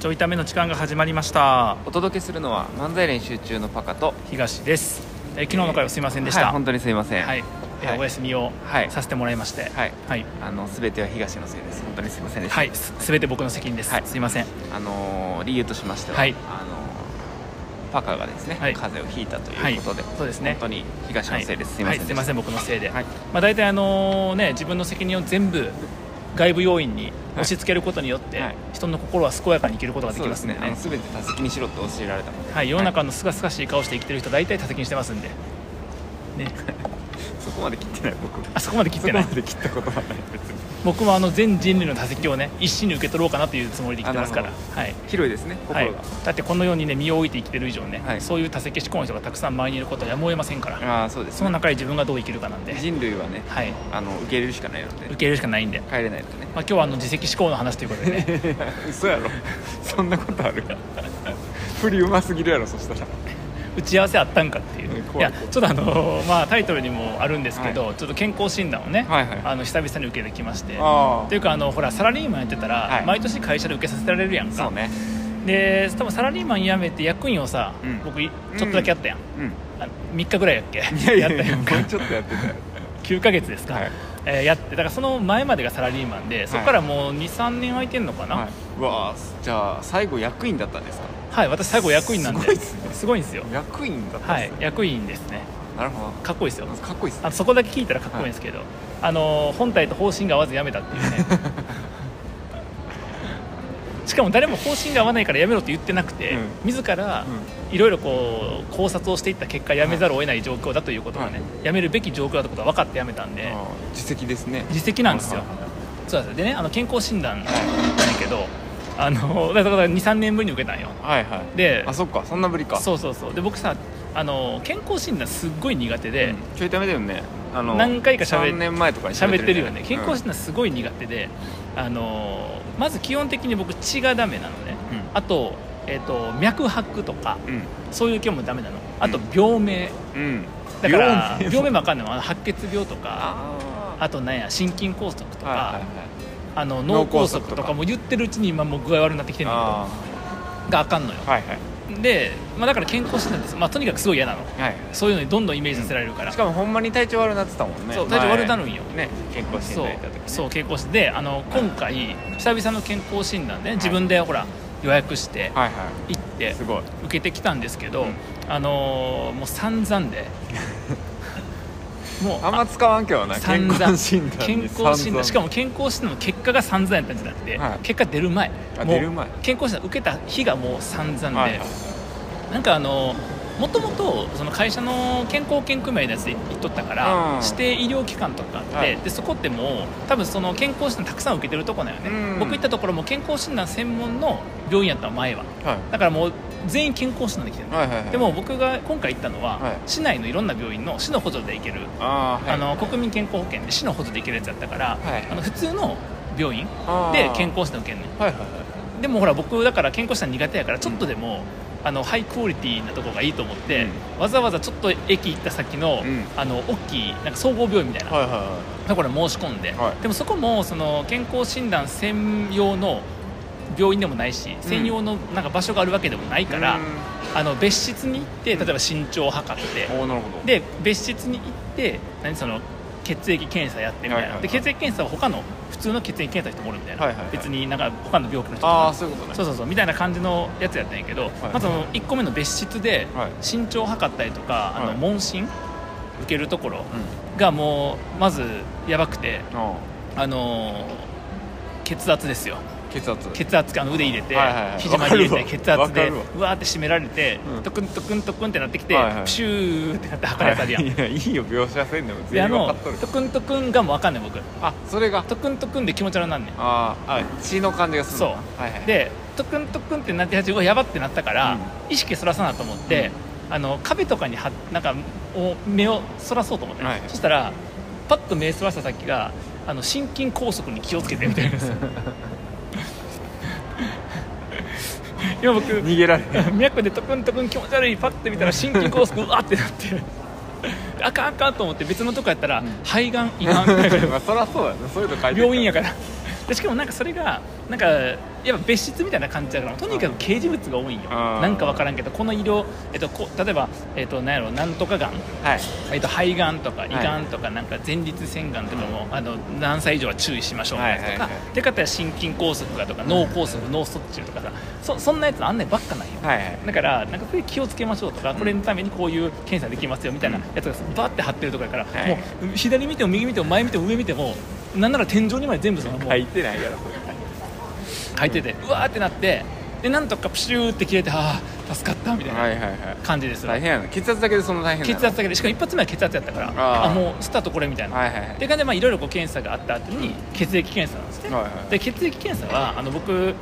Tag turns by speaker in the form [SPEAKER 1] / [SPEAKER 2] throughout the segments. [SPEAKER 1] ちょいための時間が始まりました
[SPEAKER 2] お届けするのは漫才練習中のパカと
[SPEAKER 1] 東ですえー昨日の回はすいませんでした、
[SPEAKER 2] はい、本当にすいません
[SPEAKER 1] はい、えー
[SPEAKER 2] はい
[SPEAKER 1] お休みを
[SPEAKER 2] はい
[SPEAKER 1] させてもらいまして
[SPEAKER 2] はい
[SPEAKER 1] はい、
[SPEAKER 2] あの全ては東のせいです本当にすいませんでした、
[SPEAKER 1] はいすすべて僕の責任です、
[SPEAKER 2] はい
[SPEAKER 1] すいません
[SPEAKER 2] あのー理由としましては、
[SPEAKER 1] はい
[SPEAKER 2] あのーパカがですね、
[SPEAKER 1] はい
[SPEAKER 2] 風邪をひいたということで、
[SPEAKER 1] はいそうですね
[SPEAKER 2] 本当に東のせいです、
[SPEAKER 1] はい、
[SPEAKER 2] す
[SPEAKER 1] す
[SPEAKER 2] い
[SPEAKER 1] い
[SPEAKER 2] ま
[SPEAKER 1] ませ
[SPEAKER 2] せん
[SPEAKER 1] ん
[SPEAKER 2] でし
[SPEAKER 1] 僕のせいで、
[SPEAKER 2] はい
[SPEAKER 1] まあ、大体あのね自分の責任を全部外部要因に押し付けることによって、
[SPEAKER 2] はい
[SPEAKER 1] 人の心は健やかに生きること
[SPEAKER 2] た
[SPEAKER 1] ができますんでね
[SPEAKER 2] そうですねあの全て多責にしろって教えられたので、
[SPEAKER 1] はい、世の中のすがすがしい顔して生きてる人大体多責にしてますんでね
[SPEAKER 2] そこまで切ってない僕
[SPEAKER 1] あそこまで切ってない
[SPEAKER 2] そこまで切ったことはない別に
[SPEAKER 1] 僕もあの全人類の多責をね一身に受け取ろうかなというつもりで生きてますから
[SPEAKER 2] あなる
[SPEAKER 1] はい
[SPEAKER 2] 広いですね
[SPEAKER 1] は
[SPEAKER 2] 心
[SPEAKER 1] い
[SPEAKER 2] が、、
[SPEAKER 1] だってこの世にね身を置いて生きてる以上ね、
[SPEAKER 2] はい
[SPEAKER 1] そういう多責志向の人がたくさん周りにいることはやむを得ませんから、
[SPEAKER 2] ああそうです
[SPEAKER 1] その
[SPEAKER 2] ね
[SPEAKER 1] 中で自分がどう生きるかなんで、
[SPEAKER 2] 人類はね、
[SPEAKER 1] はい、
[SPEAKER 2] あの受け入れるしかないの
[SPEAKER 1] 受
[SPEAKER 2] で
[SPEAKER 1] け入れるしかないんで、ま
[SPEAKER 2] 帰れないとね
[SPEAKER 1] あ、今日はあの自責志向の話ということでね
[SPEAKER 2] 嘘やろそんなことある振りうますぎるやろそしたら
[SPEAKER 1] 打ち合わせあったんかっていう
[SPEAKER 2] うん
[SPEAKER 1] い
[SPEAKER 2] 怖い
[SPEAKER 1] やちょっとあの、まあ、タイトルにもあるんですけど、ちょっと健康診断をね、
[SPEAKER 2] はいはい
[SPEAKER 1] あの久々に受けてきまして
[SPEAKER 2] あー
[SPEAKER 1] というかあのほらサラリーマンやってたら、
[SPEAKER 2] はい
[SPEAKER 1] 毎年会社で受けさせられるやんか
[SPEAKER 2] そうね
[SPEAKER 1] で多分サラリーマン辞めて役員をさ、
[SPEAKER 2] うん
[SPEAKER 1] 僕ちょっとだけやったやん、
[SPEAKER 2] うん
[SPEAKER 1] あの3日ぐらいやっけ
[SPEAKER 2] いやいや
[SPEAKER 1] やったやんか
[SPEAKER 2] もうちょっとやってたよ
[SPEAKER 1] 9ヶ月ですか、
[SPEAKER 2] はい
[SPEAKER 1] えーやってだからその前までがサラリーマンでそこからもう23年空いてんのかなはい、
[SPEAKER 2] いうわあじゃあ最後役員だったんですか
[SPEAKER 1] 私最後役員なんです
[SPEAKER 2] ごいっす
[SPEAKER 1] すごいんですよ
[SPEAKER 2] 役員だったん
[SPEAKER 1] は
[SPEAKER 2] で
[SPEAKER 1] い
[SPEAKER 2] す、
[SPEAKER 1] 役員ですね
[SPEAKER 2] なるほ
[SPEAKER 1] かっこいいですよ
[SPEAKER 2] どかっこいいっす
[SPEAKER 1] あ
[SPEAKER 2] ね
[SPEAKER 1] のそこだけ聞いたらかっこいいんですけど、あのー本体と方針が合わず辞めたっていう ねしかも誰も方針が合わないから辞めろって言ってなくて、
[SPEAKER 2] うん
[SPEAKER 1] 自らいろいろこう考察をしていった結果辞めざるを得ない状況だということがね、
[SPEAKER 2] はい
[SPEAKER 1] 辞めるべき状況だということは分かって辞めたんで、
[SPEAKER 2] あー自責ですね
[SPEAKER 1] 自責なんですよ
[SPEAKER 2] はい
[SPEAKER 1] そうなんですよでねあの健康診断なんやけどあの だから23年ぶりに受けたんよ
[SPEAKER 2] はいはい
[SPEAKER 1] で
[SPEAKER 2] あそっかそんなぶりか
[SPEAKER 1] そうそうそうで僕さあの健康診断すっごい苦手で
[SPEAKER 2] うんちょいためだよねあの
[SPEAKER 1] 何回か喋っ
[SPEAKER 2] 3年前とかに
[SPEAKER 1] 喋、ってるよね健康
[SPEAKER 2] し
[SPEAKER 1] 診断すごい苦手で、あのまず基本的に僕血がダメなのね、
[SPEAKER 2] うん
[SPEAKER 1] あと,、えっと脈拍とか
[SPEAKER 2] うん
[SPEAKER 1] そういう系もダメなのあと病名、
[SPEAKER 2] うん
[SPEAKER 1] だから
[SPEAKER 2] 病名
[SPEAKER 1] 病名もわかんないのあの白血病とか
[SPEAKER 2] あー
[SPEAKER 1] あとなんや心筋梗塞とか、
[SPEAKER 2] はいはいはい
[SPEAKER 1] あの脳
[SPEAKER 2] 脳
[SPEAKER 1] 梗
[SPEAKER 2] 梗
[SPEAKER 1] 塞
[SPEAKER 2] 塞
[SPEAKER 1] と
[SPEAKER 2] とか
[SPEAKER 1] かも言ってるうちに今もう具合悪くなってきてんねん
[SPEAKER 2] あ
[SPEAKER 1] けどがあかんのよ
[SPEAKER 2] ーはいはい
[SPEAKER 1] で、まあ、だから健康診断です、まあ、とにかくすごい嫌なの
[SPEAKER 2] はい
[SPEAKER 1] そういうのにどんどんイメージさせられるから、
[SPEAKER 2] しかもほんまに体調悪なってたもんね
[SPEAKER 1] そう体調悪なるんよ
[SPEAKER 2] 前ね健康診
[SPEAKER 1] そう
[SPEAKER 2] 断行った時ね
[SPEAKER 1] そう健康診断であの今回久々の健康診断で自分でほら予約して
[SPEAKER 2] はいは
[SPEAKER 1] 行って
[SPEAKER 2] いすごい
[SPEAKER 1] 受けてきたんですけど、
[SPEAKER 2] うん
[SPEAKER 1] あのーもう散々でもう
[SPEAKER 2] あんま使わんけどな
[SPEAKER 1] 散
[SPEAKER 2] 健
[SPEAKER 1] 々
[SPEAKER 2] 康診断
[SPEAKER 1] 健康診断しか
[SPEAKER 2] も
[SPEAKER 1] も健康診断の結果が散々やったんじゃなくて、
[SPEAKER 2] はい
[SPEAKER 1] 結果出る前
[SPEAKER 2] あ
[SPEAKER 1] もう
[SPEAKER 2] 出る前
[SPEAKER 1] 健康診断受けた日がもう散々で、
[SPEAKER 2] はいはい
[SPEAKER 1] なんかあのもともとその会社の健康保険組合のやつで行っとったから、
[SPEAKER 2] うん
[SPEAKER 1] 指定医療機関とかあって、
[SPEAKER 2] はい
[SPEAKER 1] でそこってもう多分その健康診断たくさん受けてるとこなんよね、
[SPEAKER 2] うん
[SPEAKER 1] 僕行ったところも健康診断専門の病院やったの前は
[SPEAKER 2] はい
[SPEAKER 1] だからもう全員健康診断できてるの、
[SPEAKER 2] はいはいはい
[SPEAKER 1] でも僕が今回行ったのは、
[SPEAKER 2] はい
[SPEAKER 1] 市内のいろんな病院の市の補助で行ける
[SPEAKER 2] あーはい
[SPEAKER 1] あの国民健康保険で市の補助で行けるやつだったから、
[SPEAKER 2] はい
[SPEAKER 1] あの普通の病院
[SPEAKER 2] あー
[SPEAKER 1] で健康診断受けるね
[SPEAKER 2] はいはいはい
[SPEAKER 1] んでもほら僕だから健康診断苦手やからちょっとでも、あのハイクオリティなとこがいいと思って、わざわざちょっと駅行った先の,、
[SPEAKER 2] うん
[SPEAKER 1] あの大きいなんか総合病院みたいな、
[SPEAKER 2] はいは
[SPEAKER 1] ところに申し込んで、
[SPEAKER 2] はい
[SPEAKER 1] でもそこもその健康診断専用の病院でもないし専用のなんか場所があるわけでもない
[SPEAKER 2] いは
[SPEAKER 1] か
[SPEAKER 2] い
[SPEAKER 1] ら、
[SPEAKER 2] う
[SPEAKER 1] あの別室に行って例えば身長を測って、
[SPEAKER 2] ーんおーなるほど
[SPEAKER 1] で別室に行って何その血液検査やってみたいな、
[SPEAKER 2] はいはいはい
[SPEAKER 1] で血液検査は他の普通の血液検査の人もおるみたいな、
[SPEAKER 2] はいはいはい
[SPEAKER 1] 別になんか他の病気の人と
[SPEAKER 2] ああ
[SPEAKER 1] か
[SPEAKER 2] そういうことね
[SPEAKER 1] そうそうそうみたいな感じのやつやったんやけど、
[SPEAKER 2] い
[SPEAKER 1] まずその1個目の別室で
[SPEAKER 2] はい
[SPEAKER 1] 身長を測ったりとか、あ
[SPEAKER 2] は
[SPEAKER 1] の
[SPEAKER 2] い
[SPEAKER 1] 問診受けるところ
[SPEAKER 2] うん
[SPEAKER 1] がもうまずやばくて
[SPEAKER 2] あ
[SPEAKER 1] あのー血圧ですよ
[SPEAKER 2] ー血圧
[SPEAKER 1] 血圧あの腕入れて、
[SPEAKER 2] はいはいはい
[SPEAKER 1] 肘まで入れて血
[SPEAKER 2] わ
[SPEAKER 1] 圧
[SPEAKER 2] か
[SPEAKER 1] で
[SPEAKER 2] るわ
[SPEAKER 1] うわーって締められて、
[SPEAKER 2] うん
[SPEAKER 1] トクントクントクンってなってきて、
[SPEAKER 2] はいはい
[SPEAKER 1] プシューってなって測られたりやん、
[SPEAKER 2] いやいいよ描写せんでも
[SPEAKER 1] で
[SPEAKER 2] 全
[SPEAKER 1] あ
[SPEAKER 2] 員分か
[SPEAKER 1] の
[SPEAKER 2] っとる
[SPEAKER 1] トクントクンがもう分かんない僕
[SPEAKER 2] あそれが
[SPEAKER 1] トクントクンで気持ち悪なんねん
[SPEAKER 2] あーあ血の感じがする
[SPEAKER 1] そう
[SPEAKER 2] はいはい
[SPEAKER 1] でトクントクンってなって始めうわやばってなったから、
[SPEAKER 2] うん
[SPEAKER 1] 意識そらさなと思って、あの壁とかにはなんかお目をそらそうと思って、
[SPEAKER 2] はい
[SPEAKER 1] そしたらパッと目そらした先があの心筋梗塞に気をつけてみ たいな今僕
[SPEAKER 2] 逃げられへん
[SPEAKER 1] 脈でトクントクン気持ち悪いパッて見たら心筋梗塞うわってなってあかんあかんと思って別のとこやったら、肺がん胃がんみたいな
[SPEAKER 2] まあそりゃそうだよねそういうの書いてる
[SPEAKER 1] 病院やからでしかもなんかそれがなんかやっぱ別室みたいな感じだからとにかく掲示物が多いんよ
[SPEAKER 2] あー
[SPEAKER 1] なんか分からんけどこの色、えっと、こ例えば、えっと、なんやろなんとかがん、
[SPEAKER 2] はい
[SPEAKER 1] えっと、肺がんとか胃
[SPEAKER 2] い
[SPEAKER 1] がんとかなんか前立腺がんとかも、あの何歳以上は注意しましょうとか、
[SPEAKER 2] はいはいはい
[SPEAKER 1] でかたや心筋梗塞がとか脳梗塞脳卒中とかさそそんなやつあんねばっかなんよ
[SPEAKER 2] はいはい
[SPEAKER 1] だからなんかこれ気をつけましょうとか、これのためにこういう検査できますよみたいなやつがバーって貼ってるところやから、
[SPEAKER 2] はい
[SPEAKER 1] もう左見ても右見ても前見ても上見てもなんなら天井にまで全部そのもう
[SPEAKER 2] 書
[SPEAKER 1] 入
[SPEAKER 2] いてないからそれ
[SPEAKER 1] ってて、うわーってなってでなんとかプシューって切れてああ助かったみたい
[SPEAKER 2] は
[SPEAKER 1] ない
[SPEAKER 2] はいはい
[SPEAKER 1] 感じです、
[SPEAKER 2] 大変やな血圧だけでその大変
[SPEAKER 1] 血
[SPEAKER 2] なの
[SPEAKER 1] 圧だけでしかも一発目は血圧やったから
[SPEAKER 2] あ
[SPEAKER 1] あ
[SPEAKER 2] ー
[SPEAKER 1] もうスタートこれみたいな、
[SPEAKER 2] はいはいはい
[SPEAKER 1] でかでまあいろいろこう検査があった後に血液検査なんですね、
[SPEAKER 2] はいはい
[SPEAKER 1] で血液検査はあの僕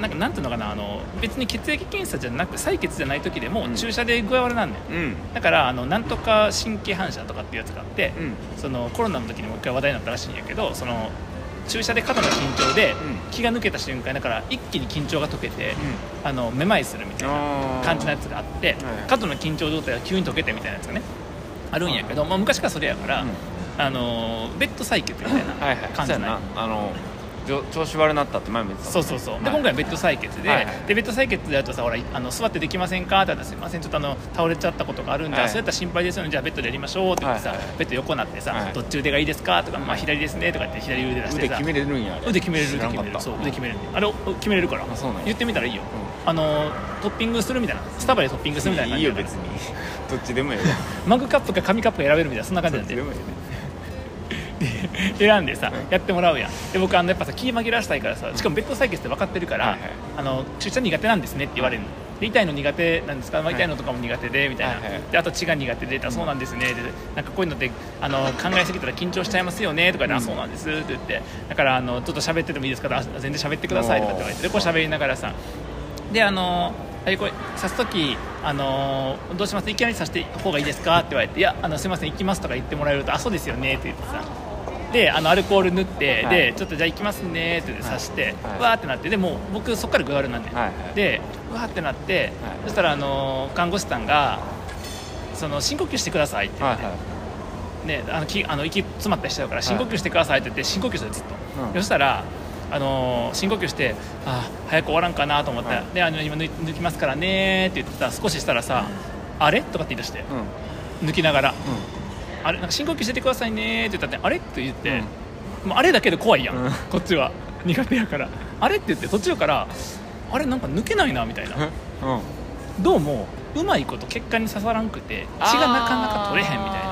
[SPEAKER 1] なんかなんていうのかなあの別に血液検査じゃなく採血じゃない時でも
[SPEAKER 2] うん
[SPEAKER 1] 注射で具合悪なんねん
[SPEAKER 2] うん
[SPEAKER 1] だからあのなんとか神経反射とかっていうやつがあって、
[SPEAKER 2] うん
[SPEAKER 1] そのコロナの時にもう一回話題になったらしいんやけどその注射で肩が緊張で、
[SPEAKER 2] うん
[SPEAKER 1] 気が抜けた瞬間だから一気に緊張が解けて、あのめまいするみたい
[SPEAKER 2] あ
[SPEAKER 1] な
[SPEAKER 2] ー
[SPEAKER 1] 感じのやつがあって
[SPEAKER 2] はい
[SPEAKER 1] 肩の緊張状態が急に解けてみたいなやつがねあるんやけど、まあ、昔からそれやから、
[SPEAKER 2] うん
[SPEAKER 1] あのベッド採血みたいな
[SPEAKER 2] はいはい
[SPEAKER 1] 感
[SPEAKER 2] そう
[SPEAKER 1] じ
[SPEAKER 2] や
[SPEAKER 1] なんよ
[SPEAKER 2] なあのじょ調子悪なったって前も言ってた
[SPEAKER 1] そうそうそう、で今回はベッド採血で,、
[SPEAKER 2] はいはい
[SPEAKER 1] でベッド採血だとさほらあの座ってできませんかって言ったらすいませんちょっとあの倒れちゃったことがあるんで、
[SPEAKER 2] はい
[SPEAKER 1] そうやったら心配ですよねじゃあベッドでやりましょうって言ってさ、
[SPEAKER 2] はいはいはい
[SPEAKER 1] ベッド横になってさ、
[SPEAKER 2] はい
[SPEAKER 1] どっち腕がいいですかとか、まあ、左ですねとか言って左腕出して
[SPEAKER 2] 腕
[SPEAKER 1] さ
[SPEAKER 2] 決めれるんやあれ
[SPEAKER 1] 腕決めれる
[SPEAKER 2] 知
[SPEAKER 1] 腕
[SPEAKER 2] らん
[SPEAKER 1] 決
[SPEAKER 2] か
[SPEAKER 1] め
[SPEAKER 2] っ
[SPEAKER 1] れ
[SPEAKER 2] た
[SPEAKER 1] るそう腕決めれるあれお決めれるから
[SPEAKER 2] あそうなんや
[SPEAKER 1] 言ってみたらいいよ、あのトッピングするみたいなスタバでトッピングするみたいな感
[SPEAKER 2] いい
[SPEAKER 1] じ
[SPEAKER 2] よ
[SPEAKER 1] だから
[SPEAKER 2] 別にどっちでもいいよ
[SPEAKER 1] マグカップか紙カップか選べるみたいなそんな感じな
[SPEAKER 2] ど
[SPEAKER 1] ん
[SPEAKER 2] っち
[SPEAKER 1] で
[SPEAKER 2] でもいいね
[SPEAKER 1] 選んでさやってもらうやんで僕あのやっぱさ気紛らわしたいからさしかもベッド採血って分かってるから、
[SPEAKER 2] はいはい
[SPEAKER 1] あの注射苦手なんですねって言われるの、で痛いの苦手なんですか、まあ、
[SPEAKER 2] い
[SPEAKER 1] 痛いのとかも苦手でみたいな、
[SPEAKER 2] はいはい
[SPEAKER 1] であと血が苦手であそうなんですねでなんかこういうのってあの考えすぎたら緊張しちゃいますよねとかで、あそうなんですって言ってだからあのちょっと喋っててもいいですかあ全然喋ってくださいとかって言われてでこう喋りながらさであのはいこれ刺す時あのどうしますいきなり刺して方がいいですかって言われていやあのすいません行きますとか言ってもらえるとあそうですよねって言ってさであのアルコール塗って、
[SPEAKER 2] はい
[SPEAKER 1] でちょっとじゃあ行きますねって言って刺して、
[SPEAKER 2] はい
[SPEAKER 1] わーってなってでもう僕そこから具合悪なんで、
[SPEAKER 2] はいはい
[SPEAKER 1] でうわーってなって、
[SPEAKER 2] はい
[SPEAKER 1] そしたらあの看護師さんがその深呼吸してくださいって言
[SPEAKER 2] は
[SPEAKER 1] っ
[SPEAKER 2] い
[SPEAKER 1] て、
[SPEAKER 2] はい
[SPEAKER 1] ね、あのきあの息詰まったりしちゃうから
[SPEAKER 2] い
[SPEAKER 1] 深呼吸してくださいって言って深呼吸するずっと、
[SPEAKER 2] うん
[SPEAKER 1] そしたら、あのー深呼吸してあー早く終わらんかなと思ったら、
[SPEAKER 2] うん
[SPEAKER 1] であの今抜い抜きますからねって言ってた少ししたらさ、あれとかって言い出して
[SPEAKER 2] うんうん
[SPEAKER 1] 抜きながら、あれなんか深呼吸しててくださいねって言ったってあれって言って、もうあれだけで怖いやん、
[SPEAKER 2] うん
[SPEAKER 1] こっちは苦手やからあれって言って途中からあれなんか抜けないなみたいな
[SPEAKER 2] うんうん
[SPEAKER 1] どうもうまいこと血管に刺さらんくて 血がなかなか取れへんみたいな。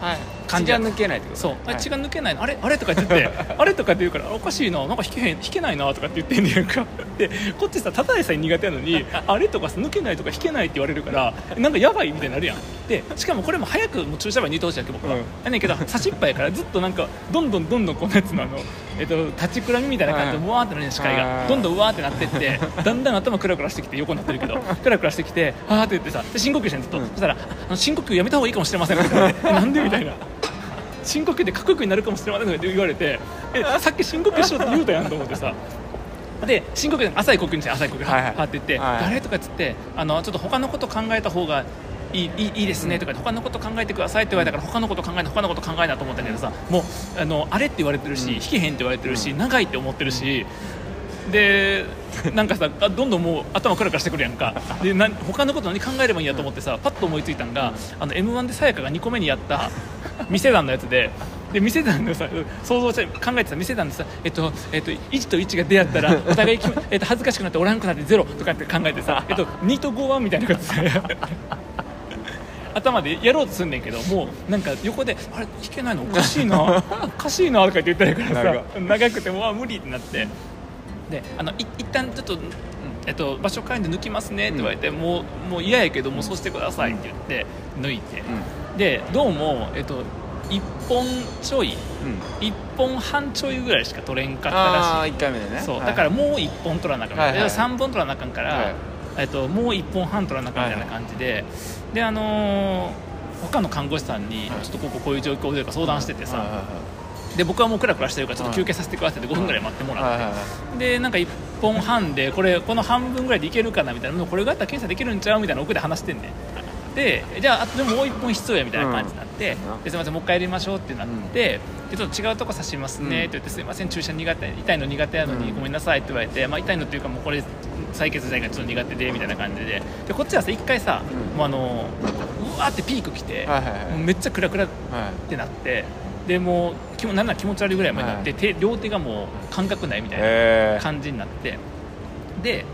[SPEAKER 2] はい
[SPEAKER 1] 感じ
[SPEAKER 2] 血
[SPEAKER 1] や
[SPEAKER 2] が
[SPEAKER 1] った
[SPEAKER 2] 抜けないってこと
[SPEAKER 1] そう、あ
[SPEAKER 2] はい
[SPEAKER 1] 血が抜けないのあれあれとか言 っててあれとかって言うからおかしいななんか引けへん引けないなとかって言ってんねやん かでこっちさただでさえ苦手なのにあれとかさ抜けないとか引けないって言われる からなんかやばいみたいになるやんでしかもこれも早くもう注射場に入れてほしいわけ僕は、
[SPEAKER 2] うん
[SPEAKER 1] やねんけ ど差しっぱやからずっとなんかどんどんどんどんこのやつのあの、えっと、立ちくらみみたいな感じ
[SPEAKER 2] う
[SPEAKER 1] で
[SPEAKER 2] ん
[SPEAKER 1] うわーってなるやん視界
[SPEAKER 2] う
[SPEAKER 1] が
[SPEAKER 2] ん
[SPEAKER 1] どんどんうわーってなってって だんだん頭クラクラしてきて横になってるけどクラクラしてきてあーって言ってさで深呼吸してんずっと、
[SPEAKER 2] うん
[SPEAKER 1] そしたらあの深呼吸やめた方がいいかもしれませんって言わ れてえなんでみたいな。深呼吸でかっこよくなるかもしれませんとか言われてえさっき深呼吸しようって言うたやんと思ってさで深呼吸浅い呼吸にして浅い呼吸
[SPEAKER 2] はいはい
[SPEAKER 1] はって言って、
[SPEAKER 2] はい
[SPEAKER 1] 誰とかっつってあのちょっと他のこと考えた方がいいいいいいですねとか言って他のこと考えてくださいって言われたから他のこと考えな他のこと考えなと思ったけどさもうあのあれって言われてるし、
[SPEAKER 2] うん
[SPEAKER 1] 引けへんって言われてるし、長いって思ってるしでなんかさあどんどんもう頭クラクラしてくるやんかでな他のこと何考えればいいんやと思ってさパッと思いついたんがあの m 1でさやかが2個目にやった店団のやつで。で店団のさ想像して考えてた店団でさ、えっとえっと、1と1が出会った らお互いき、えっと、恥ずかしくなっておらんくなってゼロとかって考えて さ、えっと、2と5はみたいなことさ頭でやろうとすんねんけどもうなんか横で「あれ弾けないのおかしいなおかしいな」とか言って言ったらからさ長くてもうあ無理ってなってであのい一旦ちょっと、えっと、場所変えんで抜きますねって言われて、もうもう嫌やけどもうそうしてくださいって言って抜いて、でどうも、えっと、1本ちょい
[SPEAKER 2] うんう
[SPEAKER 1] 1
[SPEAKER 2] ん
[SPEAKER 1] 本半ちょいぐらいしか取れんかったらしい
[SPEAKER 2] ああ一回目でね
[SPEAKER 1] そう
[SPEAKER 2] はい
[SPEAKER 1] だからもう1本取らなあかん、
[SPEAKER 2] はいはい
[SPEAKER 1] で3本取らなあかんから、
[SPEAKER 2] はい
[SPEAKER 1] えっと、もう1本半取らなあかんみたいな感じで、であのー他の看護師さんに
[SPEAKER 2] はい
[SPEAKER 1] ちょっとこここういう状況でとか相談しててさ、
[SPEAKER 2] はいはい
[SPEAKER 1] で僕はもうクラクラしてるからちょっと休憩させてくださいって5分ぐらい待ってもらって、
[SPEAKER 2] はいはいはいはい
[SPEAKER 1] でなんか1本半でこれこの半分ぐらいでいけるかなみたいなもうこれがあったら検査できるんちゃうみたいな奥で話してんねんでじゃああとでももう1本必要やみたいな感じになって、
[SPEAKER 2] うん
[SPEAKER 1] ですいませんもう一回やりましょうってなって、でちょっと違うとこ刺しますねって言って、すいません注射苦手痛いの苦手やのに、
[SPEAKER 2] うん
[SPEAKER 1] ごめんなさいって言われて、まあ、痛いのっていうかもうこれ採血自体がちょっと苦手でみたいな感じででこっちはさ1回さ、
[SPEAKER 2] うん
[SPEAKER 1] もうあのうわーってピーク来て、
[SPEAKER 2] はいはいはい
[SPEAKER 1] もうめっちゃクラクラ
[SPEAKER 2] はい
[SPEAKER 1] ってなってでもう気もなんなら気持ち悪いぐらいまでなって、
[SPEAKER 2] は
[SPEAKER 1] 手両手がもう感覚ないみたいな
[SPEAKER 2] えー
[SPEAKER 1] 感じになってで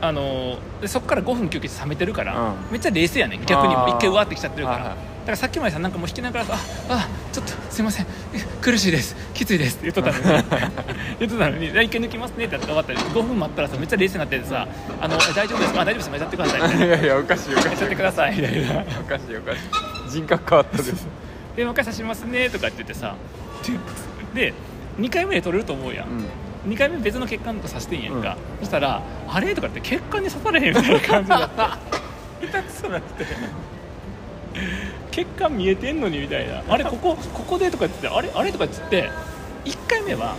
[SPEAKER 1] あのでそこから5分休憩して冷めてるから、
[SPEAKER 2] うん
[SPEAKER 1] めっちゃ冷静やねん逆にも
[SPEAKER 2] あー
[SPEAKER 1] 一回うわってきちゃってるから、
[SPEAKER 2] はいはい
[SPEAKER 1] だからさっきまでさなんかもう引きながらさ「ああちょっとすいません え苦しいですきついです」って言っと ったのに言っとったのに「じゃあ一回抜きますね」ってやって終わったら5分待ったらさめっちゃ冷静になっててさ「あのえ大丈夫ですかあ大丈夫ですもうやっちゃってください」みたいな「
[SPEAKER 2] いやいやおかしいおか
[SPEAKER 1] やっ
[SPEAKER 2] し
[SPEAKER 1] ち
[SPEAKER 2] い
[SPEAKER 1] ゃってください」みたいな。
[SPEAKER 2] おかしいおかしい人格変わったです
[SPEAKER 1] で「もう一回刺しますね」とかって言ってさで2回目で取れると思うやん、
[SPEAKER 2] うん
[SPEAKER 1] 2回目別の血管と刺してんやんか、そしたら「あれ?」とかって血管に刺されへんみたいな感じになって 痛くそなって血管見えてんのにみたいな「あれここここで?」とかって言って「あれあれ?」とかって言って1回目は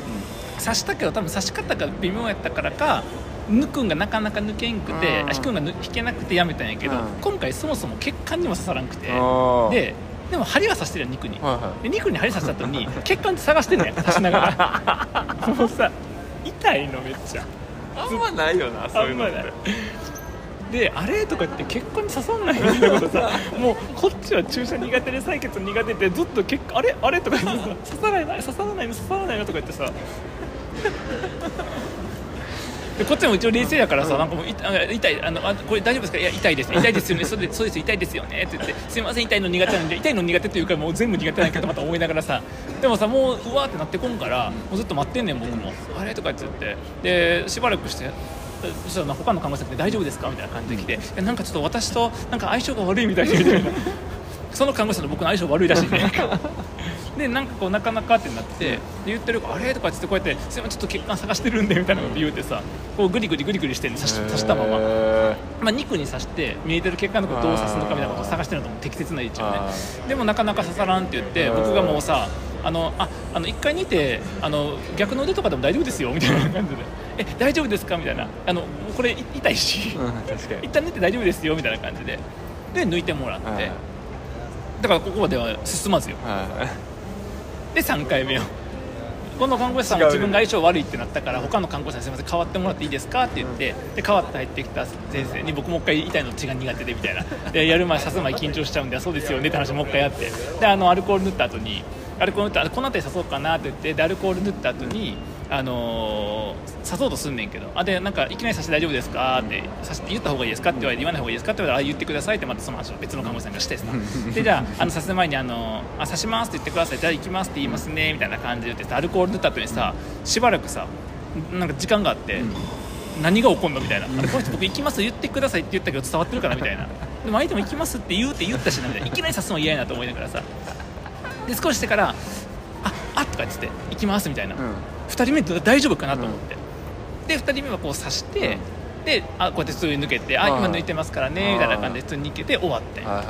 [SPEAKER 1] 刺したけど多分刺し方が微妙やったからか抜くんがなかなか抜けんくて
[SPEAKER 2] うん
[SPEAKER 1] 引くんがぬ引けなくてやめたんやけど、
[SPEAKER 2] うん
[SPEAKER 1] 今回そもそも血管にも刺さらんくて
[SPEAKER 2] あー
[SPEAKER 1] ででも針は刺してるやん肉に、
[SPEAKER 2] はいはい
[SPEAKER 1] で肉に針刺した後に血管って探してんのよ刺しながらもうさ痛いのめっちゃ
[SPEAKER 2] あんまないよなそういうのって
[SPEAKER 1] であれとか言って血管に刺さんないみたいなことさもうこっちは注射苦手で採血苦手でずっと血管あれあれとか言ってさ刺さらない刺さらないの刺さらないのとか言ってさでこっちも一応冷静やからさ、なんかもう痛いあ痛いあのあこれ大丈夫ですかいや痛いです痛いです よねそうですそうです痛いですよねって言ってすいません痛いの苦手なんで痛いの苦手っていうかもう全部苦手なんやけどまた思いながらさでもさもううわーってなってこんからもうずっと待ってんねん僕も、あれとか言ってでしばらくしてそしたらな他の看護師さんって大丈夫ですかみたいな感じで来て、いやなんかちょっと私となんか相性が悪いみたいでみたいなその看護師さんと僕の相性悪いらしい ねでなんかこうなかなかってなってで言ってるからあれとかっつってこうやって「すいませんちょっと血管探してるんで」みたいなこと言うてさこうグリグリグリグリしてんの刺し刺したまま、
[SPEAKER 2] え
[SPEAKER 1] まあ、肉に刺して見えてる血管のことどう刺すのかみたいなことを探してるのとも適切な位置をね
[SPEAKER 2] あ
[SPEAKER 1] でもなかなか刺さらんって言って
[SPEAKER 2] うん
[SPEAKER 1] 僕がもうさあのああの1階にいてあの逆の腕とかでも大丈夫ですよみたいな感じで「え大丈夫ですか?」みたいな「あのもうこれい痛いし
[SPEAKER 2] ーうん確かに
[SPEAKER 1] 一旦寝て大丈夫ですよ」みたいな感じでで抜いてもらって
[SPEAKER 2] はい
[SPEAKER 1] だからここまでは進まずよ
[SPEAKER 2] はい
[SPEAKER 1] で3回目をこの看護師さんが自分が相性悪いってなったから他の看護師さんにすみません代わってもらっていいですかって言ってで代わって入ってきた先生に僕もう一回痛いの血が苦手でみたいなでやる前さすまい緊張しちゃうんであそうですよねって話をもう一回やってであのアルコール塗った後にアルコール塗ったこの辺り刺そうかなって言ってでアルコール塗った後にあのー刺そうとすんねんけどあでなんかいきなり刺して大丈夫ですかって刺して言った方がいいですかって言われて言わない方がいいですかって言われてあ言ってくださいってまたその話を別の看護師さんがしてさでじゃああの刺す前にあのあ刺しますって言ってくださいじゃあ行きますって言いますねみたいな感じで言ってさアルコール塗った後にさしばらくさなんか時間があって、何が起こるのみたいな、あれこの人僕行きます言ってくださいって言ったけど伝わってるかなみたいなでも相手も行きますって言うって言ったしなみたいないきなり刺すの嫌やなと思いながらさで少ししてから「ああっ」とか言って「行きます」みたいな、
[SPEAKER 2] うん
[SPEAKER 1] 2人目ど大丈夫かなと思って、で2人目はこう刺して、であこうやって普通に抜けて「あ
[SPEAKER 2] はい
[SPEAKER 1] 今抜いてますからね」みたいな感じで普通に抜けて終わって
[SPEAKER 2] はいは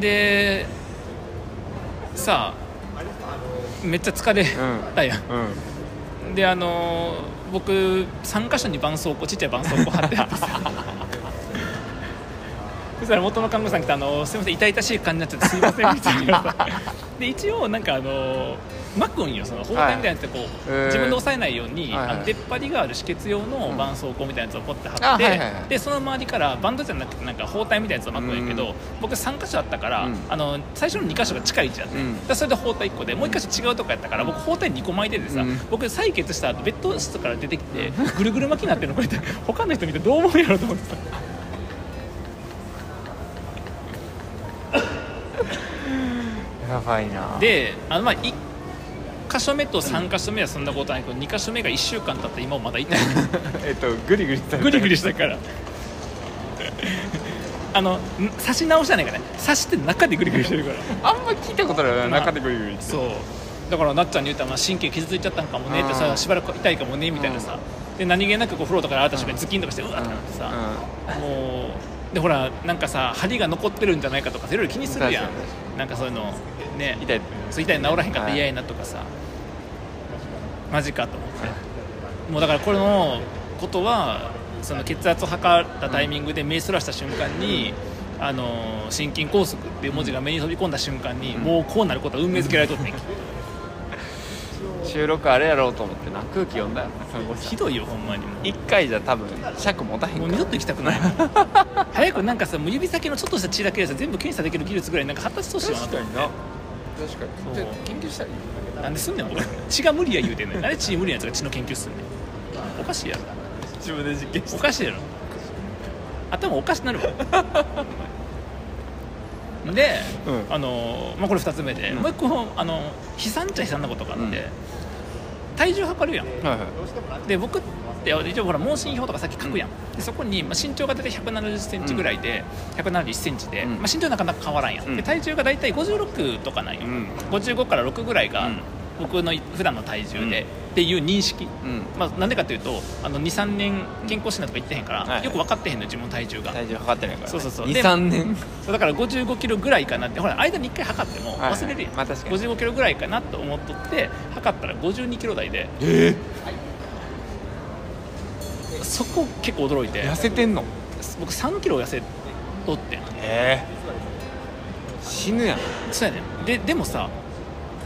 [SPEAKER 1] でさあめっちゃ疲れたやん、
[SPEAKER 2] いうん
[SPEAKER 1] であのー僕3箇所に絆創膏ちっちゃい絆創膏貼ってあって さそしたら元の看護師さん来て、あのーすみません痛々しい感じになっちゃってすいません」みたいなさで一応なんかあのー巻くんよその包帯みたいなやつでこう、
[SPEAKER 2] はい
[SPEAKER 1] 自分で押さえないように、
[SPEAKER 2] はいはい
[SPEAKER 1] あの出っ張りがある止血用の絆創膏みたいなやつをポッて貼って、
[SPEAKER 2] あはいはいはい
[SPEAKER 1] でその周りからバンドじゃなくてなんか包帯みたいなやつを巻くんやけど、
[SPEAKER 2] うん
[SPEAKER 1] 僕3箇所あったから、
[SPEAKER 2] うん
[SPEAKER 1] あの最初の2箇所が近い位置だって、
[SPEAKER 2] うん
[SPEAKER 1] だからそれで包帯1個でもう1箇所違うとこやったから僕包帯2個巻いててさ、
[SPEAKER 2] うん
[SPEAKER 1] 僕採血した後ベッド室から出てきてぐるぐる巻きになってるのこうやって他の人見てどう思うやろうと思ってさ
[SPEAKER 2] やばいな
[SPEAKER 1] であのまあ1箇所目と3箇所目はそんなことないけど2箇所目が1週間経った今もまだ痛 い
[SPEAKER 2] えっとグリグリされた
[SPEAKER 1] グリグリしたからあのん刺し直したないからね刺して中でグリグリしてるから
[SPEAKER 2] あんま聞いたことないな
[SPEAKER 1] まあ
[SPEAKER 2] 中でグリグリって
[SPEAKER 1] そうだからなっちゃんに言ったらまあ神経傷ついちゃったんかもねって
[SPEAKER 2] う
[SPEAKER 1] さ
[SPEAKER 2] ん
[SPEAKER 1] しばらく痛いかもねみたいなさで何気なくこう風呂とかで洗った瞬間にズキンとかしてうわってなってさ、もうでほらなんかさ針が残ってるんじゃないかとかさいろいろ気にするや
[SPEAKER 2] 確かに確
[SPEAKER 1] んなんかそういうのね
[SPEAKER 2] うん痛い
[SPEAKER 1] そう痛いの治らへんかったら
[SPEAKER 2] はい
[SPEAKER 1] 嫌やなとかさ、マジかと思ってもうだからこれのことはその血圧を測ったタイミングで目そらした瞬間に、あの心筋梗塞っていう文字が目に飛び込んだ瞬間に、
[SPEAKER 2] うん
[SPEAKER 1] もうこうなることは運命づけられとっ てんけ
[SPEAKER 2] 収録あれやろうと思ってな空気読んだよなその
[SPEAKER 1] ひどいよほんまにも
[SPEAKER 2] 1回じゃ多分尺持たへん
[SPEAKER 1] う
[SPEAKER 2] か
[SPEAKER 1] もう
[SPEAKER 2] ら
[SPEAKER 1] 二度と行きたく ないもん早くなんかさもう指先のちょっとした血だけでさ全部検査できる技術ぐらいなんか発達してほしいよな
[SPEAKER 2] 確
[SPEAKER 1] と思
[SPEAKER 2] か
[SPEAKER 1] っ
[SPEAKER 2] に
[SPEAKER 1] て
[SPEAKER 2] な確かに
[SPEAKER 1] そう
[SPEAKER 2] じゃあ研究したらいいよ
[SPEAKER 1] なんですんねん俺血が無理や言うてんねんなんで血無理なやつが血の研究すんねんおかしいやろ
[SPEAKER 2] 自分で実験
[SPEAKER 1] おかしいやろ頭おかしなるわ で、
[SPEAKER 2] うん
[SPEAKER 1] あのまあ、これ2つ目で、
[SPEAKER 2] うん
[SPEAKER 1] もう1個あの悲惨っちゃ悲惨なことがあって、
[SPEAKER 2] うん
[SPEAKER 1] 体重測るやん
[SPEAKER 2] はいはい
[SPEAKER 1] で僕って一応ほら問診票とかさっき書くやん、でそこに、まあ、身長が大体1 7 0ンチぐらいで、171センチで、
[SPEAKER 2] うん
[SPEAKER 1] まあ、身長なかなか変わらんやん、
[SPEAKER 2] うん
[SPEAKER 1] で体重が大体56とかなんよ、
[SPEAKER 2] うん
[SPEAKER 1] 55から6ぐらいが
[SPEAKER 2] うん
[SPEAKER 1] 僕の普段の体重で、
[SPEAKER 2] うん
[SPEAKER 1] っていう認識、
[SPEAKER 2] うん
[SPEAKER 1] まあ、なんでかというとあの23年健康診断とか行ってへんから、
[SPEAKER 2] はい
[SPEAKER 1] よく分かってへんのよ自分の体重が
[SPEAKER 2] 体重測ってないから、ね、
[SPEAKER 1] そうそうそうで
[SPEAKER 2] 23年
[SPEAKER 1] そうだから5 5キロぐらいかなってほら間に1回測っても
[SPEAKER 2] はいはい
[SPEAKER 1] 忘れるやん、
[SPEAKER 2] まあ確かに
[SPEAKER 1] 5 5キロぐらいかなと思っとって測ったら5 2キロ台で
[SPEAKER 2] え
[SPEAKER 1] そこ結構驚いて
[SPEAKER 2] 痩せてんの
[SPEAKER 1] 僕3キロ痩せとってん
[SPEAKER 2] ええ死ぬやん
[SPEAKER 1] そうやねんででもさ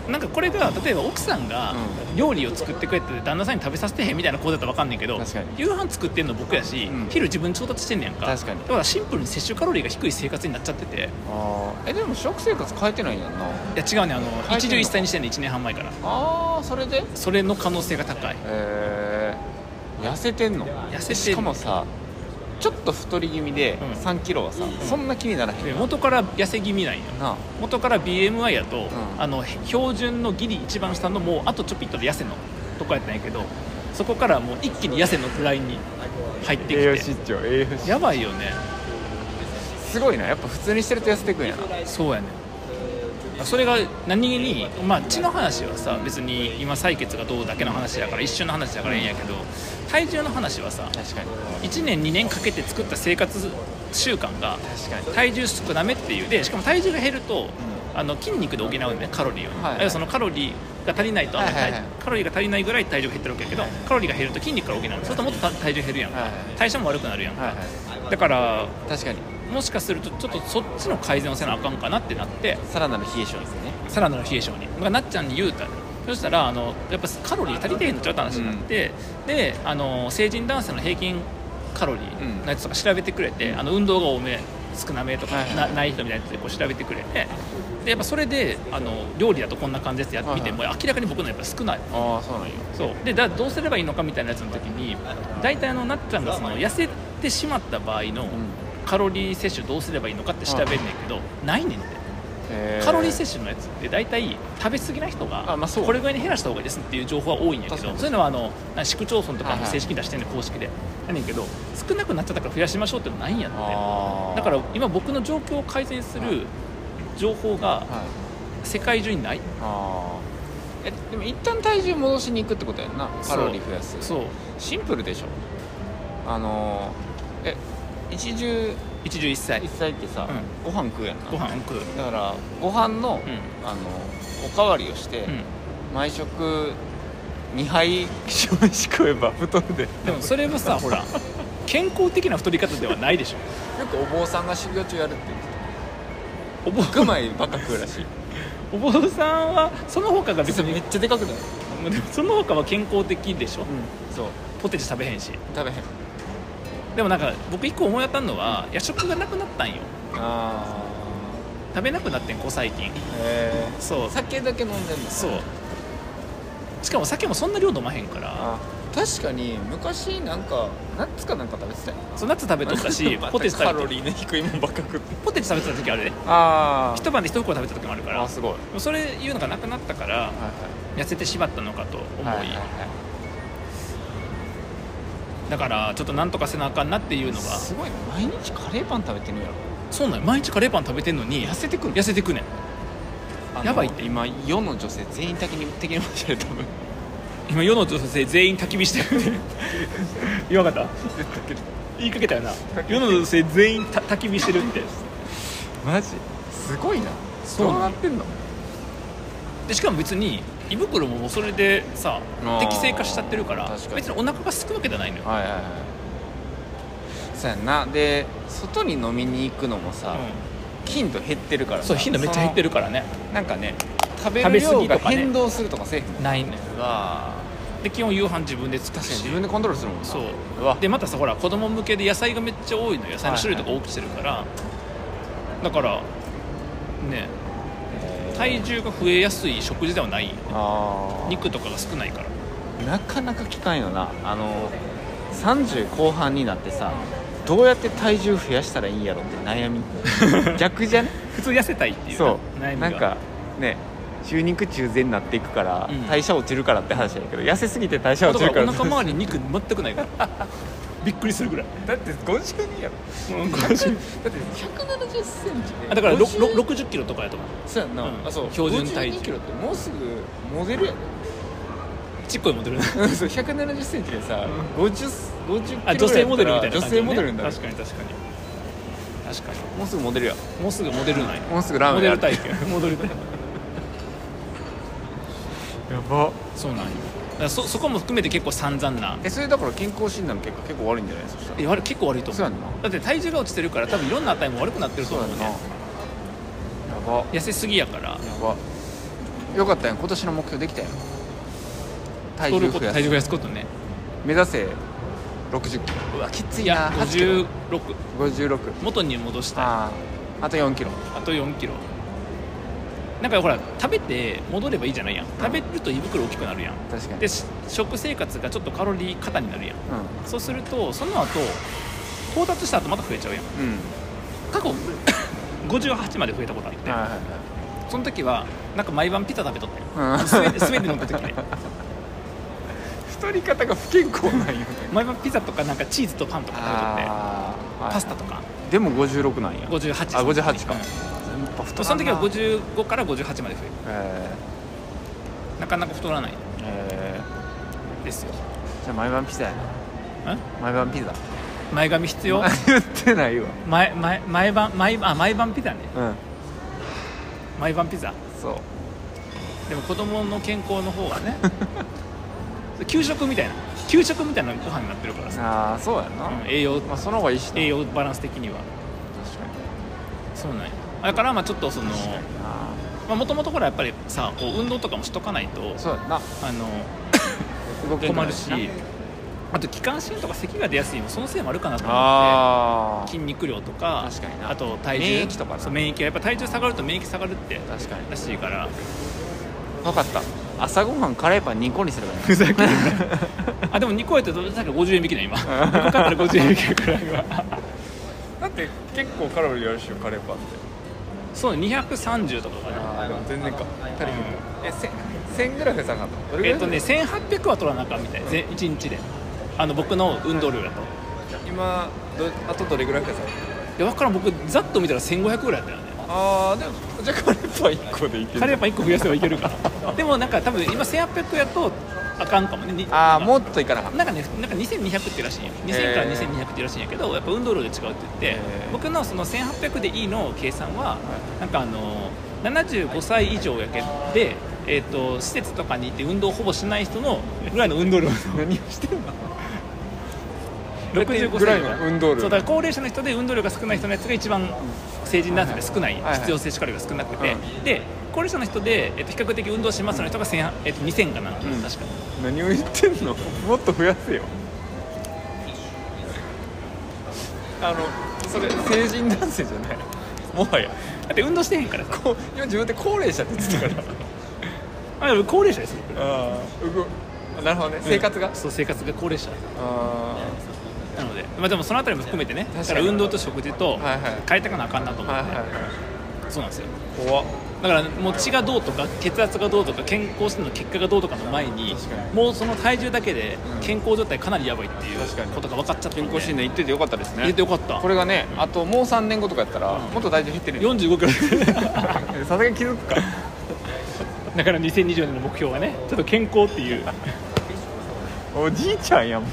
[SPEAKER 1] なんかこれが例えば奥さんが料理を作ってくれて旦那さんに食べさせてへんみたいな子だったら分かんねんけど
[SPEAKER 2] 確かに
[SPEAKER 1] 夕飯作ってんの僕やし、
[SPEAKER 2] うん
[SPEAKER 1] 昼自分調達してんねやんか
[SPEAKER 2] 確かに
[SPEAKER 1] だからシンプルに摂取カロリーが低い生活になっちゃってて
[SPEAKER 2] あーえでも食生活変えてないやんない
[SPEAKER 1] や違うねあの
[SPEAKER 2] 書いてん
[SPEAKER 1] 11
[SPEAKER 2] の
[SPEAKER 1] 歳にしてんね1年半前から
[SPEAKER 2] あーそれで
[SPEAKER 1] それの可能性が高い
[SPEAKER 2] えー、痩せてんの
[SPEAKER 1] 痩せてんの
[SPEAKER 2] しかもさちょっと太り気味で
[SPEAKER 1] うん
[SPEAKER 2] 3キロはさ、そんな気にならへん
[SPEAKER 1] で元から痩せ気味なんよ
[SPEAKER 2] なあ
[SPEAKER 1] 元から BMI やと、
[SPEAKER 2] ん
[SPEAKER 1] あの標準のギリ一番下のもうあとちょぴっとで痩せのとかやったんやけどそこからもう一気に痩せのフラインに入ってきて
[SPEAKER 2] 長栄養失
[SPEAKER 1] やばいよね
[SPEAKER 2] すごいなやっぱ普通にしてると痩せてくんやな
[SPEAKER 1] そうやねそれが何気に、まあ、血の話はさ別に今採血がどうだけの話やから一瞬の話だからええんやけど体重の話はさ
[SPEAKER 2] 確かに
[SPEAKER 1] 1年2年かけて作った生活習慣が
[SPEAKER 2] 確かに
[SPEAKER 1] 体重少なめっていうでしかも体重が減ると、あの筋肉で補うんだよねカロリーを、
[SPEAKER 2] は
[SPEAKER 1] あ
[SPEAKER 2] い
[SPEAKER 1] るいはそのカロリーが足りないと、あんまり
[SPEAKER 2] はいはいはい
[SPEAKER 1] カロリーが足りないぐらい体重が減ってるわけやけど、カロリーが減ると筋肉から補うそうするともっと体重減るやんか、
[SPEAKER 2] はいはい
[SPEAKER 1] 代謝も悪くなるやんか、
[SPEAKER 2] はいは
[SPEAKER 1] だから
[SPEAKER 2] い確かに
[SPEAKER 1] もしかするとちょっとそっちの改善をせなあかんかなってなって
[SPEAKER 2] さらなる冷え性ですね
[SPEAKER 1] さらなる冷え性にだからなっちゃんに言うたらそしたらあのやっぱカロリー足りてへんのちゃうって話になって、であの成人男性の平均カロリーのやつとか調べてくれて、あの運動が多め少なめとか、
[SPEAKER 2] はいはい
[SPEAKER 1] なない人みたいなやつでこう調べてくれてでやっぱそれであの料理だとこんな感じですってやってみて、
[SPEAKER 2] はい
[SPEAKER 1] もう明らかに僕のやっぱ少ない
[SPEAKER 2] ああそうなんよ
[SPEAKER 1] そうでだどうすればいいのかみたいなやつの時に大体あのなっちゃんがその痩せてしまった場合のカロリー摂取どうすればいいのかって調べんねんけど、ないねんって。
[SPEAKER 2] へー
[SPEAKER 1] カロリー摂取のやつって大体食べ過ぎな人が
[SPEAKER 2] あまあそう
[SPEAKER 1] これぐらいに減らした方がいいですっていう情報は多いんやけど
[SPEAKER 2] 確か
[SPEAKER 1] そうい
[SPEAKER 2] に
[SPEAKER 1] うのはあのな市区町村とか
[SPEAKER 2] はい
[SPEAKER 1] も
[SPEAKER 2] はい
[SPEAKER 1] 正式に出してんねん公式でやねんけど少なくなっちゃったから増やしましょうってのないんやって
[SPEAKER 2] あー
[SPEAKER 1] だから今僕の状況を改善する情報が
[SPEAKER 2] はい
[SPEAKER 1] 世界中にない
[SPEAKER 2] あーえでも一旦体重戻しに行くってことやんなカロリー増やす
[SPEAKER 1] そう
[SPEAKER 2] シンプルでしょあのーえ一汁
[SPEAKER 1] 一汁一菜
[SPEAKER 2] 一菜ってさ、ご飯食うやんな
[SPEAKER 1] ご飯食う
[SPEAKER 2] だからご飯の、
[SPEAKER 1] う
[SPEAKER 2] あのおかわりをして、
[SPEAKER 1] うん
[SPEAKER 2] 毎食2杯少子食えば太るで
[SPEAKER 1] で もそれもさほ ら健康的な太り方ではないでしょ
[SPEAKER 2] よくお坊さんが修行中やるって
[SPEAKER 1] お坊
[SPEAKER 2] 白米ばっか食うらしい
[SPEAKER 1] お坊さんはその他が別
[SPEAKER 2] 実は
[SPEAKER 1] に
[SPEAKER 2] めっちゃでかくなる、
[SPEAKER 1] でもその他は健康的でしょ
[SPEAKER 2] そう
[SPEAKER 1] ポテチ食べへんし
[SPEAKER 2] 食べへん
[SPEAKER 1] でもなんか僕一個思い当たるのは夜食がなくなったんよ
[SPEAKER 2] あ
[SPEAKER 1] 食べなくなってんこう最近
[SPEAKER 2] あへえ
[SPEAKER 1] そう
[SPEAKER 2] 酒だけ飲んでんの
[SPEAKER 1] そうしかも酒もそんな量飲まへんから
[SPEAKER 2] あ確かに昔なんかナッツかなんか食べてたよ
[SPEAKER 1] そうナッツ食べと ったしポテチ食べ
[SPEAKER 2] カ
[SPEAKER 1] と
[SPEAKER 2] ロリーの低いもんばっか食って
[SPEAKER 1] ポテチ食べてた時あるで
[SPEAKER 2] あ
[SPEAKER 1] 一晩で一袋食べてた時もあるから
[SPEAKER 2] あすごい、は
[SPEAKER 1] もうそれいうのがなくなったから痩せてしまったのかと思い、
[SPEAKER 2] いはいはいはい
[SPEAKER 1] だからちょっとなんとかせなあかんなっていうのが
[SPEAKER 2] すごいね毎日カレーパン食べてるやろ
[SPEAKER 1] そうなんよ毎日カレーパン食べてんのに痩せてくん痩せてくねん
[SPEAKER 2] あの
[SPEAKER 1] やばいって
[SPEAKER 2] 今世の女性全員的に的にましたよ多分
[SPEAKER 1] 今世の女性全員焚き火してる 言わなかった言いかけたよな世の女性全員た焚き火してるって
[SPEAKER 2] マジすごいな
[SPEAKER 1] そうなの
[SPEAKER 2] どうなってんの
[SPEAKER 1] でしかも別に胃袋ももうそれでさ
[SPEAKER 2] あー
[SPEAKER 1] 適正化しちゃってるから
[SPEAKER 2] 確かに
[SPEAKER 1] 別にお腹が空くわけじゃないのよ
[SPEAKER 2] はいはいはいそうやんなで外に飲みに行くのもさ、頻度減ってるからさ
[SPEAKER 1] そう頻度めっちゃ減ってるからね
[SPEAKER 2] そのなんかね食べ
[SPEAKER 1] 食べ
[SPEAKER 2] る
[SPEAKER 1] 過
[SPEAKER 2] 量
[SPEAKER 1] ぎ
[SPEAKER 2] が
[SPEAKER 1] とかね
[SPEAKER 2] 変動するとかせえへんもん
[SPEAKER 1] ないね
[SPEAKER 2] が
[SPEAKER 1] で基本夕飯自分で作る
[SPEAKER 2] 確かに
[SPEAKER 1] し
[SPEAKER 2] 自分でコントロールするもんな
[SPEAKER 1] そう
[SPEAKER 2] うわ
[SPEAKER 1] でまたさほら子供向けで野菜がめっちゃ多いのよ野菜の種類とか多くしてるから、だからね
[SPEAKER 2] えー
[SPEAKER 1] 体重が増えやすい食事ではない
[SPEAKER 2] あー
[SPEAKER 1] 肉とかが少ないから
[SPEAKER 2] なかなか聞かんよなあの30後半になってさどうやって体重増やしたらいいんやろって悩み逆じゃね
[SPEAKER 1] 普通痩せたいっていう
[SPEAKER 2] そ
[SPEAKER 1] 悩
[SPEAKER 2] う
[SPEAKER 1] み
[SPEAKER 2] な
[SPEAKER 1] が
[SPEAKER 2] んかね中肉中背になっていくから、
[SPEAKER 1] うん
[SPEAKER 2] 代謝落ちるからって話だけど痩せすぎて代謝
[SPEAKER 1] だ
[SPEAKER 2] 落ちる
[SPEAKER 1] か
[SPEAKER 2] からら
[SPEAKER 1] お腹周りに肉全くないから びっくりするぐらい
[SPEAKER 2] だって50人やろ
[SPEAKER 1] うん
[SPEAKER 2] だって1 7 0ンチ
[SPEAKER 1] あだから6
[SPEAKER 2] 6
[SPEAKER 1] 0キロとかやと思う
[SPEAKER 2] そうやんな、
[SPEAKER 1] うん
[SPEAKER 2] あそう
[SPEAKER 1] 標準体重
[SPEAKER 2] 52キロってもうすぐモデルやで、
[SPEAKER 1] ちっこい モデルな
[SPEAKER 2] うん そう1 7 0ンチでさ50 50キロ
[SPEAKER 1] あ女性モデルみたいな感
[SPEAKER 2] 女
[SPEAKER 1] じ、ね、
[SPEAKER 2] 性モデルになる
[SPEAKER 1] 確かに確かに確かに
[SPEAKER 2] もうすぐモデルや
[SPEAKER 1] もうすぐモデルない
[SPEAKER 2] もうすぐラーメ
[SPEAKER 1] モ
[SPEAKER 2] ン
[SPEAKER 1] デ
[SPEAKER 2] や
[SPEAKER 1] ル
[SPEAKER 2] る
[SPEAKER 1] 体型 モデル体型
[SPEAKER 2] やば
[SPEAKER 1] そうなんよだからそそこも含めて結構散々な
[SPEAKER 2] えそれだから健康診断の結果結構悪いんじゃないそしたら
[SPEAKER 1] え悪い結構悪いと
[SPEAKER 2] そう
[SPEAKER 1] 思
[SPEAKER 2] や
[SPEAKER 1] うん
[SPEAKER 2] な
[SPEAKER 1] だって体重が落ちてるから多分いろんな値も悪くなってると
[SPEAKER 2] そう
[SPEAKER 1] 思
[SPEAKER 2] や
[SPEAKER 1] うんよ
[SPEAKER 2] なや
[SPEAKER 1] ね
[SPEAKER 2] ば
[SPEAKER 1] 痩せすぎやから
[SPEAKER 2] やばよかったやん今年の目標できたやん体
[SPEAKER 1] 太
[SPEAKER 2] 重
[SPEAKER 1] ること
[SPEAKER 2] 増や
[SPEAKER 1] 体
[SPEAKER 2] す
[SPEAKER 1] 重増やすことね
[SPEAKER 2] 目指せ60キロうわきつい
[SPEAKER 1] い
[SPEAKER 2] な
[SPEAKER 1] や
[SPEAKER 2] 8キロ
[SPEAKER 1] 56
[SPEAKER 2] 56
[SPEAKER 1] 元に戻したい
[SPEAKER 2] あーあと4キロ
[SPEAKER 1] あと4キロなんかほら食べて戻ればいいじゃないやん食べると胃袋大きくなるやん
[SPEAKER 2] 確かに
[SPEAKER 1] でし食生活がちょっとカロリー過多になるやん
[SPEAKER 2] う
[SPEAKER 1] そうするとその後到達した後また増えちゃうやん
[SPEAKER 2] んうん
[SPEAKER 1] 過去 58まで増えたことあって、
[SPEAKER 2] はいはいはい
[SPEAKER 1] その時はなんか毎晩ピザ食べとったよ、
[SPEAKER 2] うん
[SPEAKER 1] スウェーデンスウェーデン乗った時ね
[SPEAKER 2] 太り方が不健康なんよね
[SPEAKER 1] 毎晩ピザとかなんかチーズとパンとか食べとってパスタとか
[SPEAKER 2] でも56なんや
[SPEAKER 1] 58
[SPEAKER 2] あ58か
[SPEAKER 1] うん
[SPEAKER 2] やっぱ太らんな
[SPEAKER 1] その時は55から58まで増える
[SPEAKER 2] え
[SPEAKER 1] なかなか太らない
[SPEAKER 2] ーえ
[SPEAKER 1] ですよ
[SPEAKER 2] ーじゃあ毎晩ピザやなん毎晩ピザ
[SPEAKER 1] 前髪必 要
[SPEAKER 2] 言ってないわ
[SPEAKER 1] 前前前晩毎あ毎晩ピザね
[SPEAKER 2] うん
[SPEAKER 1] 毎晩ピザ
[SPEAKER 2] そう
[SPEAKER 1] でも子供の健康の方は ね給食みたいな給食みたいなご飯になってるからさ、
[SPEAKER 2] ああそうやな、
[SPEAKER 1] うん栄養
[SPEAKER 2] まあその方がいいしな
[SPEAKER 1] 栄養バランス的には
[SPEAKER 2] 確か
[SPEAKER 1] そうなんよだからまあちょっとその
[SPEAKER 2] にな
[SPEAKER 1] もともとほらやっぱりさこう運動とかもしとかないと
[SPEAKER 2] そうやな
[SPEAKER 1] あの
[SPEAKER 2] 動けんく
[SPEAKER 1] 困
[SPEAKER 2] な
[SPEAKER 1] る
[SPEAKER 2] る
[SPEAKER 1] し
[SPEAKER 2] な
[SPEAKER 1] あと気管支炎とか咳が出やすいのもそのせいもあるかなと思って
[SPEAKER 2] ああ
[SPEAKER 1] 筋肉量とか
[SPEAKER 2] 確かにな
[SPEAKER 1] あと体重
[SPEAKER 2] 免疫とかな
[SPEAKER 1] そう免疫やっぱ体重下がると免疫下がるって
[SPEAKER 2] 確から
[SPEAKER 1] しいから
[SPEAKER 2] に分かった朝ごはんカレーパン2個にすればいい
[SPEAKER 1] ふざ けんなあでも2個やったらさっき50円引きだ今2個買ったら50円引きくらいは
[SPEAKER 2] だって結構カロリーあるしよカレーパンって
[SPEAKER 1] そう230とかかな
[SPEAKER 2] 全然か足り
[SPEAKER 1] へんか
[SPEAKER 2] えせ1000ぐらい増えたかった
[SPEAKER 1] えっとね1800は取らなあかんみたいぜ1日であの僕の運動量だと
[SPEAKER 2] 今どあとどれぐらい増えた
[SPEAKER 1] で分からん僕ざっと見たら1500ぐらいだったよね
[SPEAKER 2] ああでもじゃあカレーパン1個でいけ
[SPEAKER 1] カレーパン1個増やせばいけるからでもなんか多分今1800やとあかんかもねに
[SPEAKER 2] ああもっといかなかった
[SPEAKER 1] なんかねなんか2200ってらしいよ2000から2200ってらしいんやけどやっぱ運動量で違うって言って、
[SPEAKER 2] えー
[SPEAKER 1] 僕のその1800でいいの計算は、なんかあの75歳以上やけで、えー、と施設とかに行って運動をほぼしない人のぐらいの運動量
[SPEAKER 2] 何を してんの
[SPEAKER 1] 65歳
[SPEAKER 2] ぐらいの運動量
[SPEAKER 1] そうだから高齢者の人で運動量が少ない人のやつが一番成人男性で少ない、
[SPEAKER 2] はいはい
[SPEAKER 1] 必要摂取カロリーが少なくて、
[SPEAKER 2] う
[SPEAKER 1] で高齢者の人で、えっと比較的運動しますの人が1000、えっと2000かな、
[SPEAKER 2] ん
[SPEAKER 1] 確か
[SPEAKER 2] 何を言ってんのもっと増やせよあのそれ成人男性じゃないもはや
[SPEAKER 1] だって運動してへんからさ
[SPEAKER 2] こう今自分で高齢者って言ってたから
[SPEAKER 1] あでも高齢者ですよ僕
[SPEAKER 2] ああ動あなるほどね生活が、あ
[SPEAKER 1] そう生活が高齢者
[SPEAKER 2] あ
[SPEAKER 1] なので、まあ、でもそのあたりも含めてね
[SPEAKER 2] 確か
[SPEAKER 1] だ
[SPEAKER 2] に
[SPEAKER 1] から運動と食事と
[SPEAKER 2] はいはい
[SPEAKER 1] 変えてかなあかんなと思
[SPEAKER 2] はい
[SPEAKER 1] っ
[SPEAKER 2] は
[SPEAKER 1] て、
[SPEAKER 2] いはい
[SPEAKER 1] そうなんですよ
[SPEAKER 2] 怖っ
[SPEAKER 1] だからもう血がどうとか血圧がどうとか健康診断の結果がどうとかの前に
[SPEAKER 2] 確かに
[SPEAKER 1] もうその体重だけで
[SPEAKER 2] うん
[SPEAKER 1] 健康状態かなりやばいっていう
[SPEAKER 2] 確かに
[SPEAKER 1] ことが分かっちゃったんで
[SPEAKER 2] 健康診
[SPEAKER 1] 断
[SPEAKER 2] 断行っててよかったです
[SPEAKER 1] 入れ
[SPEAKER 2] ね
[SPEAKER 1] てよかった
[SPEAKER 2] これがねあともう3年後とかやったら、もっと体重減ってるよ
[SPEAKER 1] 4 5キロ
[SPEAKER 2] さすがに気づくか
[SPEAKER 1] だから2020年の目標はねちょっと健康っていう
[SPEAKER 2] おじいちゃんやもう